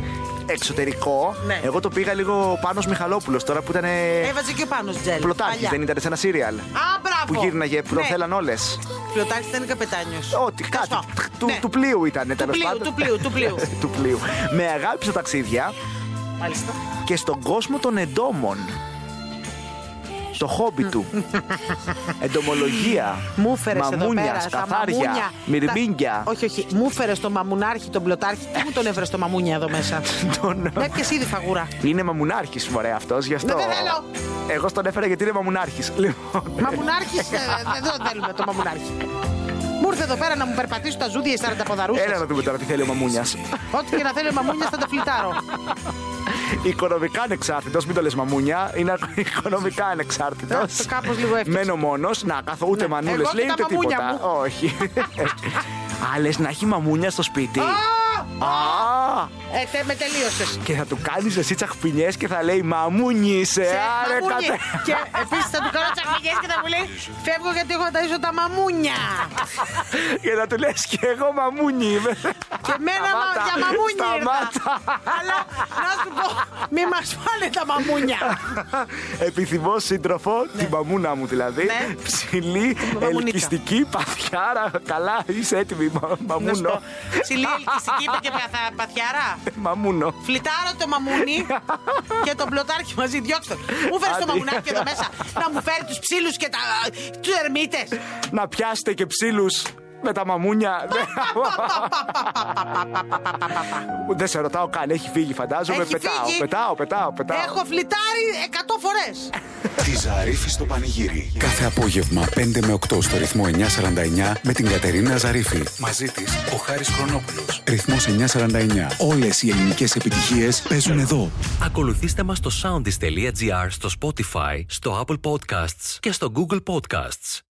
[SPEAKER 3] εξωτερικό.
[SPEAKER 4] Ναι.
[SPEAKER 3] Εγώ το πήγα λίγο πάνω Μιχαλόπουλος τώρα που ήταν.
[SPEAKER 4] Έβαζε και ο πάνω τζελ.
[SPEAKER 3] Πλωτάρχης,
[SPEAKER 4] παλιά.
[SPEAKER 3] Ε,
[SPEAKER 4] Ναι.
[SPEAKER 3] δεν ήταν σε ένα σύριαλ.
[SPEAKER 4] Α, μπράβο.
[SPEAKER 3] Που γύρναγε, που το θέλαν όλες.
[SPEAKER 4] Πλωτάρχης δεν είναι καπετάνιος.
[SPEAKER 3] Ό,τι, κάτι. Του, του πλοίου ήταν, τέλος
[SPEAKER 4] πλοίου,
[SPEAKER 3] πάντων.
[SPEAKER 4] Ναι. του πλοίου, του πλοίου.
[SPEAKER 3] του πλοίου. Με αγάπη στα ταξίδια
[SPEAKER 4] Μάλιστα.
[SPEAKER 3] και στον κόσμο των εντόμων. Το χόμπι του. Εντομολογία.
[SPEAKER 4] Μου έφερε εδώ
[SPEAKER 3] μαμούνια,
[SPEAKER 4] πέρα. στα μαμούνια,
[SPEAKER 3] σκαθάρια,
[SPEAKER 4] τα-
[SPEAKER 3] μυρμήγκια.
[SPEAKER 4] Όχι, όχι. Μου έφερε το μαμουνάρχη, τον πλωτάρχη. Τι μου τον έφερες το μαμούνια εδώ μέσα.
[SPEAKER 3] Τον-
[SPEAKER 4] Με έπιασε ήδη φαγούρα.
[SPEAKER 3] Είναι μαμουνάρχης, μωρέ αυτός, γι' αυτό.
[SPEAKER 4] Ναι, δεν θέλω.
[SPEAKER 3] Εγώ στον έφερα γιατί είναι μαμουνάρχης. Λοιπόν,
[SPEAKER 4] Μαμουνάρχης, δεν το ε, θέλουμε το μαμουνάρχη. Μου ήρθε εδώ πέρα να μου περπατήσουν τα ζούδια οι 40 ποδαρούσες.
[SPEAKER 3] έλα να δούμε τώρα τι θέλει ο μαμούνιας.
[SPEAKER 4] Ό,τι και να θέλει μαμούνιας θα τα φλιτάρω.
[SPEAKER 3] Οικονομικά ανεξάρτητος, μην το λες μαμούνια. Είναι οικονομικά ανεξάρτητος.
[SPEAKER 4] Ναι, το κάπως λίγο έφτιαξε.
[SPEAKER 3] Μένω μόνος, να κάθω ούτε μανούλες
[SPEAKER 4] Εγώ και
[SPEAKER 3] λέει
[SPEAKER 4] τα
[SPEAKER 3] ούτε
[SPEAKER 4] μαμούνια
[SPEAKER 3] τίποτα. Όχι. Άλλε να έχει μαμούνια στο σπίτι. Α!
[SPEAKER 4] Ε, τε, με τελείωσες.
[SPEAKER 3] Και θα του κάνεις εσύ τσαχπινιές και θα λέει Μαμούνι είσαι, Ε, άρε κατέ.
[SPEAKER 4] Ε, Και επίσης θα του κάνω τσακμικέ και θα μου λέει Φεύγω γιατί έχω να τα ζήσω τα μαμούνια.
[SPEAKER 3] Και θα του λες και εγώ μαμούνι είμαι.
[SPEAKER 4] και μένα μα,
[SPEAKER 3] Σταμάτα,
[SPEAKER 4] για μαμούνια ήρθα.
[SPEAKER 3] σταμάτα.
[SPEAKER 4] Αλλά να σου πω, μη μας φάνε τα μαμούνια.
[SPEAKER 3] Επιθυμώ σύντροφο, την μαμούνα μου δηλαδή.
[SPEAKER 4] Ναι.
[SPEAKER 3] Ψηλή,
[SPEAKER 4] μαμούνικα.
[SPEAKER 3] ελκυστική, παθιάρα. Καλά, είσαι έτοιμη, μα-
[SPEAKER 4] Να σου πω,
[SPEAKER 3] μαμούνο.
[SPEAKER 4] ψηλή ελκυστική είπε και παθα- παθιαρά.
[SPEAKER 3] Μαμούνο.
[SPEAKER 4] Φλιτάρω το μαμούνι και τον πλωτάρχη μαζί, διώξτε. τον. Μου φέρεις το
[SPEAKER 3] Άντε.
[SPEAKER 4] μαμουνάκι εδώ μέσα να μου φέρει τους ψήλους και τα, του ερμήτε.
[SPEAKER 3] Να πιάσετε και ψήλους. με τα μαμούνια. Δεν σε ρωτάω καν, έχει φύγει φαντάζομαι.
[SPEAKER 4] Έχει
[SPEAKER 3] Πετάω,
[SPEAKER 4] φύγει.
[SPEAKER 3] πετάω, πετάω, πετάω.
[SPEAKER 4] Έχω φλιτάρει 100 φορές.
[SPEAKER 10] Τη Ζαρίφη στο πανηγύρι.
[SPEAKER 9] Κάθε απόγευμα 5 με 8 στο ρυθμό 949 με την Κατερίνα Ζαρίφη.
[SPEAKER 10] Μαζί της ο Χάρης Χρονόπουλος.
[SPEAKER 9] Ρυθμός 949. Όλες οι ελληνικές επιτυχίες παίζουν εδώ.
[SPEAKER 11] Ακολουθήστε μας στο soundist.gr, στο Spotify, στο Apple Podcasts και στο Google Podcasts.